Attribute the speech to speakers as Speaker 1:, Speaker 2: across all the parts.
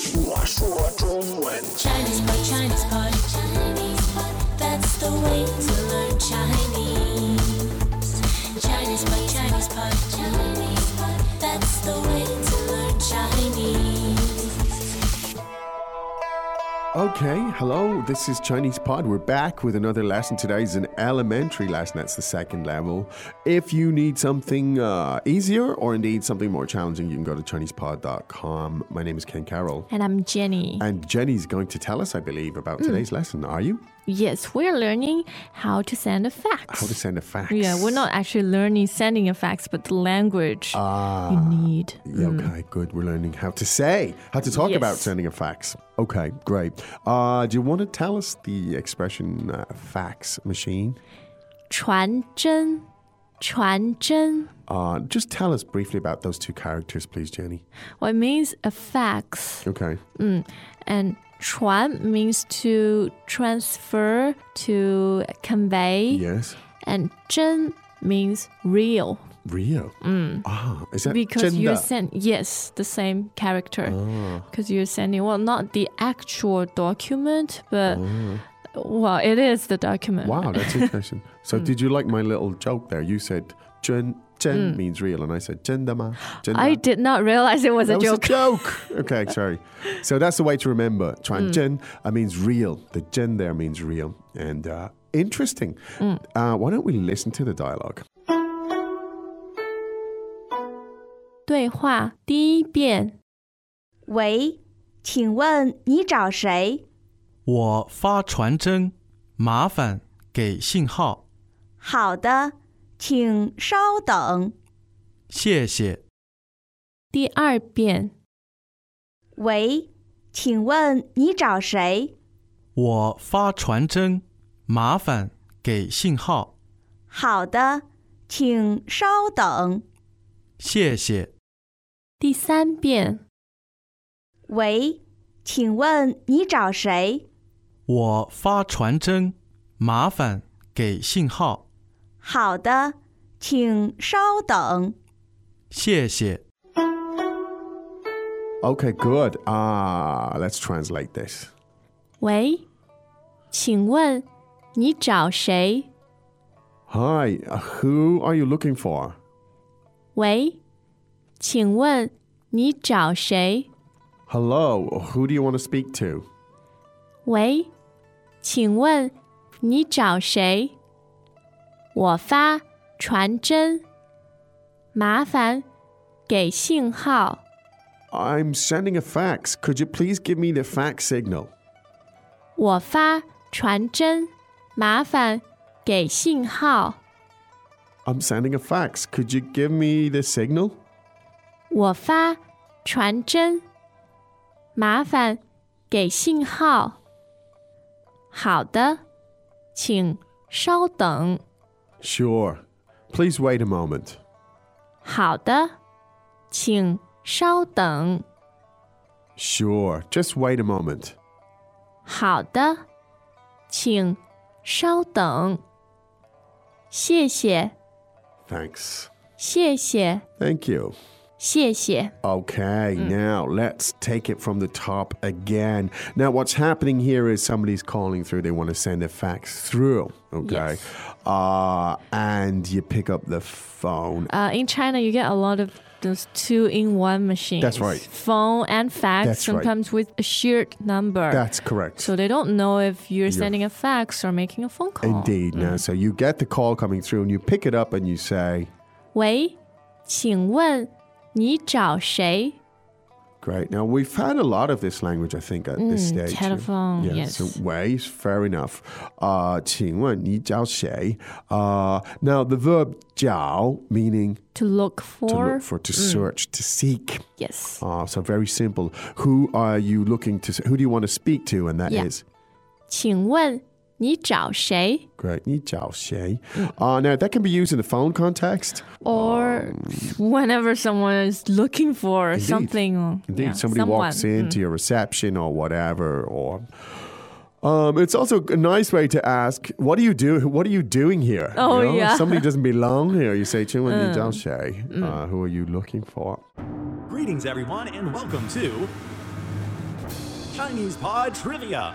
Speaker 1: 说中文。
Speaker 2: Chinese pot, Chinese pot, Chinese pot. That's the way to learn Chinese. Chinese pot, Chinese pot, Chinese pot. That's the way to learn Chinese.
Speaker 3: Okay, hello, this is Chinese Pod. We're back with another lesson. Today is an elementary lesson, that's the second level. If you need something uh, easier or indeed something more challenging, you can go to ChinesePod.com. My name is Ken Carroll.
Speaker 4: And I'm Jenny.
Speaker 3: And Jenny's going to tell us, I believe, about
Speaker 4: Hmm.
Speaker 3: today's lesson. Are you?
Speaker 4: Yes, we're learning how to send a fax.
Speaker 3: How to send a fax.
Speaker 4: yeah, we're not actually learning sending a fax, but the language
Speaker 3: Ah.
Speaker 4: you need. Mm.
Speaker 3: Yeah, okay, good. We're learning how to say, how to talk about
Speaker 4: Hmm. Yes.
Speaker 3: sending a fax. Okay, great. Uh, do you want to tell us the expression uh, fax machine?
Speaker 4: 传真,传真.
Speaker 3: Uh, just tell us briefly about those two characters, please, Jenny.
Speaker 4: Well, it means a fax.
Speaker 3: Okay.
Speaker 4: And 传 means to transfer, to convey.
Speaker 3: Yes.
Speaker 4: And 真 means real.
Speaker 3: Rio. Ah, is that
Speaker 4: Mm. Because
Speaker 3: gender?
Speaker 4: you send, yes, the same character.
Speaker 3: Oh.
Speaker 4: Because you're sending, well, not the actual document, but, well, it is the document.
Speaker 3: Oh. Wow, that's interesting.
Speaker 4: Mm.
Speaker 3: so, did you like my little joke there? You said Jen, Jen means real, and I said Jendama. Jenda.
Speaker 4: Mm. I did not realize it was
Speaker 3: that
Speaker 4: a joke.
Speaker 3: was
Speaker 4: Mm.
Speaker 3: a joke. okay, sorry. So that's the way to remember. Chuan Jen uh, means real. The Jen there means real, and uh, interesting.
Speaker 4: Mm.
Speaker 3: Uh, why don't we listen to the dialogue?
Speaker 4: 对话第一遍，
Speaker 5: 喂，请问你找谁？
Speaker 6: 我发传真，麻烦给信号，
Speaker 5: 好的，请稍等。
Speaker 6: 谢谢。
Speaker 4: 第二遍，
Speaker 5: 喂，请问你找谁？
Speaker 6: 我发传真，麻烦给信号，
Speaker 5: 好的，请稍等。
Speaker 6: 谢谢。
Speaker 4: 第三遍，
Speaker 5: 喂，请问你找谁？
Speaker 6: 我发传真，麻烦给信号，
Speaker 5: 好的，请稍等。
Speaker 6: 谢谢。
Speaker 3: Okay, good. Ah, let's translate this.
Speaker 4: 喂，请问你找谁？
Speaker 3: Hi, uh, who are you looking for?
Speaker 4: 喂，请问你找谁？
Speaker 3: Hello, who do you want to speak to?
Speaker 4: 喂，请问你找谁？我发传真，麻烦给信号。
Speaker 3: I'm sending a fax. Could you please give me the fax signal?
Speaker 4: 我发传真，麻烦给信号。
Speaker 3: I'm sending a fax. Could you give me the signal?
Speaker 4: 我发传真，麻烦给信号。好的，请稍等。
Speaker 3: Sure. Please wait a moment.
Speaker 4: 好的，请稍等。
Speaker 3: Sure. Just wait a moment.
Speaker 4: 好的，请稍等。谢谢，
Speaker 3: Thanks.
Speaker 4: 谢谢，
Speaker 3: Thank you.
Speaker 4: 谢谢。
Speaker 3: Okay,
Speaker 4: Mm.
Speaker 3: now let's take it from the top again. Now, what's happening here is somebody's calling through. They want to send a fax through. Okay. Uh, and you pick up the phone.
Speaker 4: Uh, in China, you get a lot of those two-in-one machines.
Speaker 3: That's right.
Speaker 4: Phone and fax,
Speaker 3: That's right.
Speaker 4: sometimes with a shared number.
Speaker 3: That's correct.
Speaker 4: So they don't know if you're sending a fax or making a phone call.
Speaker 3: Indeed.
Speaker 4: mm.
Speaker 3: Now, so you get the call coming through and you pick it up and you say,
Speaker 4: 喂，请问你找谁？
Speaker 3: Great. Now, we've had a lot of this language, I think, at this
Speaker 4: Mm,
Speaker 3: stage.
Speaker 4: telephone,
Speaker 3: Yeah,
Speaker 4: yes.
Speaker 3: So, ways, fair enough. Uh, 请问你找谁? Uh, now, the verb 找, meaning
Speaker 4: To look
Speaker 3: to
Speaker 4: for.
Speaker 3: look for, to search, to seek.
Speaker 4: Yes.
Speaker 3: Uh, so, very simple. Who are you looking to, who do you want to speak to? And that is.
Speaker 4: Yeah. 请问你找谁
Speaker 3: Great. 你找谁?
Speaker 4: Mm.
Speaker 3: Uh, now, that can be used in the phone context.
Speaker 4: ？Or whenever someone is looking for
Speaker 3: Indeed.
Speaker 4: something. or-
Speaker 3: Indeed,
Speaker 4: yeah,
Speaker 3: somebody
Speaker 4: someone. Mm.
Speaker 3: walks into your reception or whatever, or um, it's also a nice way to ask, "What do you do? What are you doing here?" You
Speaker 4: Oh,
Speaker 3: know,
Speaker 4: yeah. mm.
Speaker 3: if somebody doesn't belong here. You say, "Chun Wen uh, who are you looking for?"
Speaker 7: Greetings, everyone, and welcome to
Speaker 1: Chinese Pod Trivia.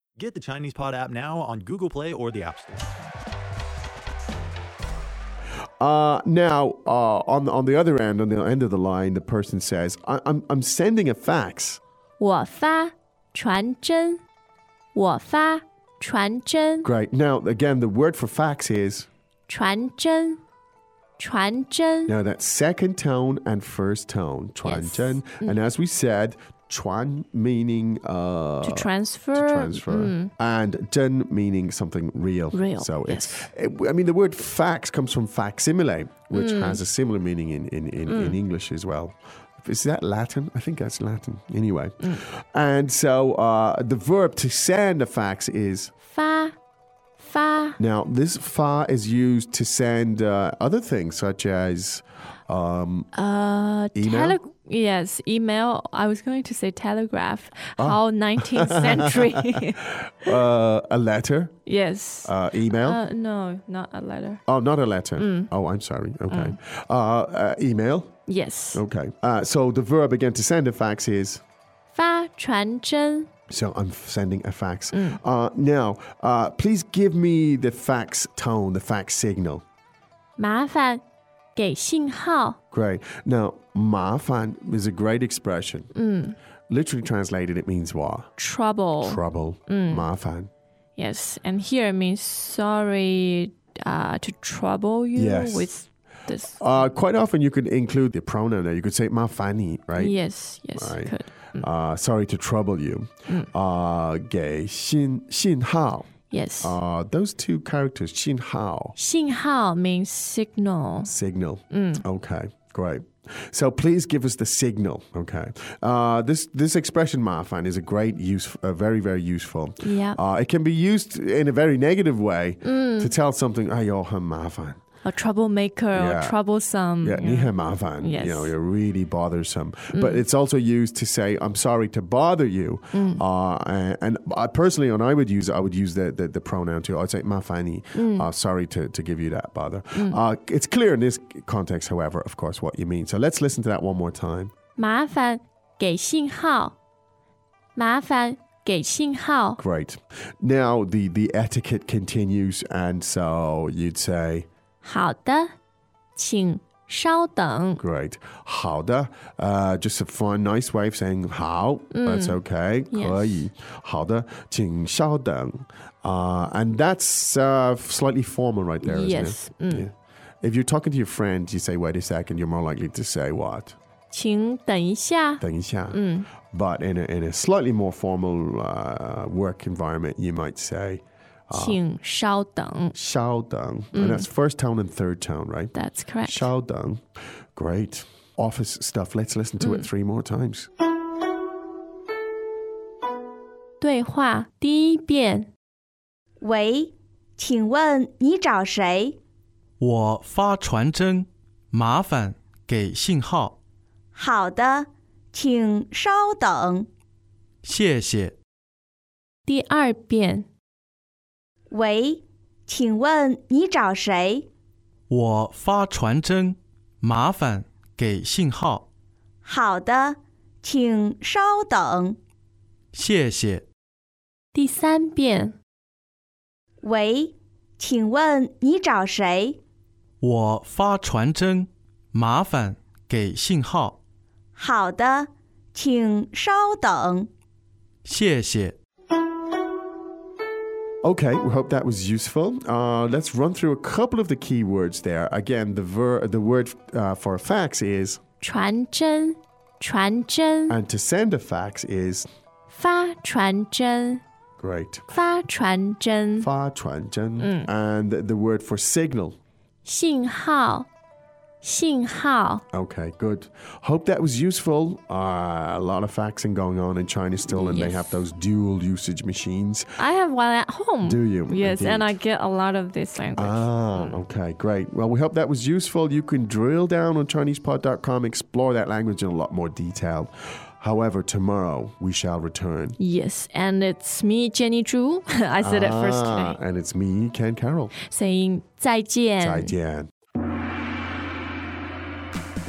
Speaker 1: Get the Chinese Pod app now on Google Play or the App Store.
Speaker 3: Uh, now, uh, on the, on the other end, on the end of the line, the person says, I, I'm, "I'm sending a fax."
Speaker 4: 我发传真，我发传真，
Speaker 3: Great. Now, again, the word for fax is
Speaker 4: 传真，传真。
Speaker 3: now that second tone and first tone, chuan
Speaker 4: Yes. Mm.
Speaker 3: chen, and as we said, chuan meaning uh,
Speaker 4: to transfer,
Speaker 3: to transfer, and zhen meaning something real.
Speaker 4: mm. Real,
Speaker 3: So it's, it- I mean, the word fax comes from facsimile, which
Speaker 4: Mm.
Speaker 3: has a similar meaning in, in, in, in English as well. Is that Latin? I think that's Latin. Anyway.
Speaker 4: Mm.
Speaker 3: And so uh, the verb to send a fax is.
Speaker 4: 发发
Speaker 3: Now, this fa is used to send uh, other things such as. Um,
Speaker 4: 呃
Speaker 3: Email?
Speaker 4: uh, tele- yes email I was going to say telegraph
Speaker 3: Ah.
Speaker 4: how 19th century
Speaker 3: uh, a letter,
Speaker 4: yes
Speaker 3: uh, email.
Speaker 4: uh, mm. no not a letter
Speaker 3: oh, not a letter. Oh, I'm sorry. Okay.
Speaker 4: Mm.
Speaker 3: Uh, uh, email.
Speaker 4: yes
Speaker 3: Okay. Uh, so the verb again to send a fax is.
Speaker 4: 发传真
Speaker 3: So I'm f- sending a fax. Uh, now, uh, please give me the fax tone, the fax signal.
Speaker 4: 麻烦给信号
Speaker 3: Great. Now, 麻烦 is a great expression. Literally translated, it means what?
Speaker 4: trouble
Speaker 3: Trouble. 麻烦.
Speaker 4: yes and here it means sorry uh, to trouble you
Speaker 3: Yes.
Speaker 4: with this
Speaker 3: Uh, quite often you could include the pronoun there. You could say ma fani, right?
Speaker 4: yes yes
Speaker 3: Right.
Speaker 4: could
Speaker 3: Uh, sorry to trouble you. Uh, 给信信号.
Speaker 4: yes
Speaker 3: Uh, those two characters, 信号,
Speaker 4: 信号 means signal
Speaker 3: signal. Okay, great. So please give us the signal. Okay. Uh, this this expression ma fan is a great use, uh, very very useful.
Speaker 4: Yeah.
Speaker 3: Uh, it can be used in a very negative way to tell something. Ah, you're ma fan.
Speaker 4: a troublemaker
Speaker 3: Yeah.
Speaker 4: or troublesome.
Speaker 3: Yeah, 你很麻烦.
Speaker 4: Mm, Yes.
Speaker 3: You know, you're really bothersome. But it's also used to say, I'm sorry to bother you. Uh, and, and I personally, when I would use it, I would use the, the, the pronoun too. I'd say, 麻烦你, uh, sorry to, to give you that bother. Uh, it's clear in this context, however, of course, what you mean. So let's listen to that one more time.
Speaker 4: 麻烦给信号，麻烦给信号，
Speaker 3: Great. Now the, the etiquette continues. And so you'd say,
Speaker 4: 好的，请稍等，
Speaker 3: Great. 好的, uh, just a fun, nice way of saying 好. That's okay.
Speaker 4: Mm. Yes.
Speaker 3: 可以。好的，请稍等. Uh, and that's uh, slightly formal right there,
Speaker 4: Yes, Mm.
Speaker 3: isn't it? Yeah. If you're talking to your friend, you say, wait a second, you're more likely to say what?
Speaker 4: 请等一下，
Speaker 3: 等一下.
Speaker 4: Mm.
Speaker 3: But in a, in a slightly more formal uh, work environment, you might say
Speaker 4: 请稍等。
Speaker 3: 稍等.
Speaker 4: Mm.
Speaker 3: And that's first tone and third tone, right?
Speaker 4: That's correct.
Speaker 3: Dang. Great. Office stuff. Let's listen to it three more times.
Speaker 4: 对话第一遍，
Speaker 5: 喂，请问你找谁？
Speaker 6: 我发传真，麻烦给信号，
Speaker 5: 好的，请稍等。
Speaker 6: 谢谢。
Speaker 4: 第二遍，
Speaker 5: 喂，请问你找谁？
Speaker 6: 我发传真，麻烦给信号，
Speaker 5: 好的，请稍等。
Speaker 6: 谢谢。
Speaker 4: 第三遍，
Speaker 5: 喂，请问你找谁？
Speaker 6: 我发传真，麻烦给信号，
Speaker 5: 好的，请稍等。
Speaker 6: 谢谢。
Speaker 3: Okay, we hope that was useful. Uh, let's run through a couple of the key words there. Again, the ver- the word uh, for a fax is,
Speaker 4: 传真，传真，
Speaker 3: and to send a fax is
Speaker 4: 发传真，
Speaker 3: great.
Speaker 4: 发传真，
Speaker 3: Fa chuan And the word for signal,
Speaker 4: 信号，信号。
Speaker 3: Okay, good. Hope that was useful. Uh, a lot of faxing going on in China still, and they
Speaker 4: Yes.
Speaker 3: have those dual usage machines.
Speaker 4: I have one at home.
Speaker 3: Do you?
Speaker 4: Yes, and I
Speaker 3: Indeed.
Speaker 4: get a lot of this language.
Speaker 3: Ah,
Speaker 4: Mm.
Speaker 3: okay, great. Well, we hope that was useful. You can drill down on ChinesePod.com, explore that language in a lot more detail. However, tomorrow we shall return.
Speaker 4: Yes, and it's me, Jenny Zhu. I said it first
Speaker 3: Ah,
Speaker 4: today,
Speaker 3: And it's me, Ken Carroll.
Speaker 4: saying 再见.
Speaker 3: Zaijian.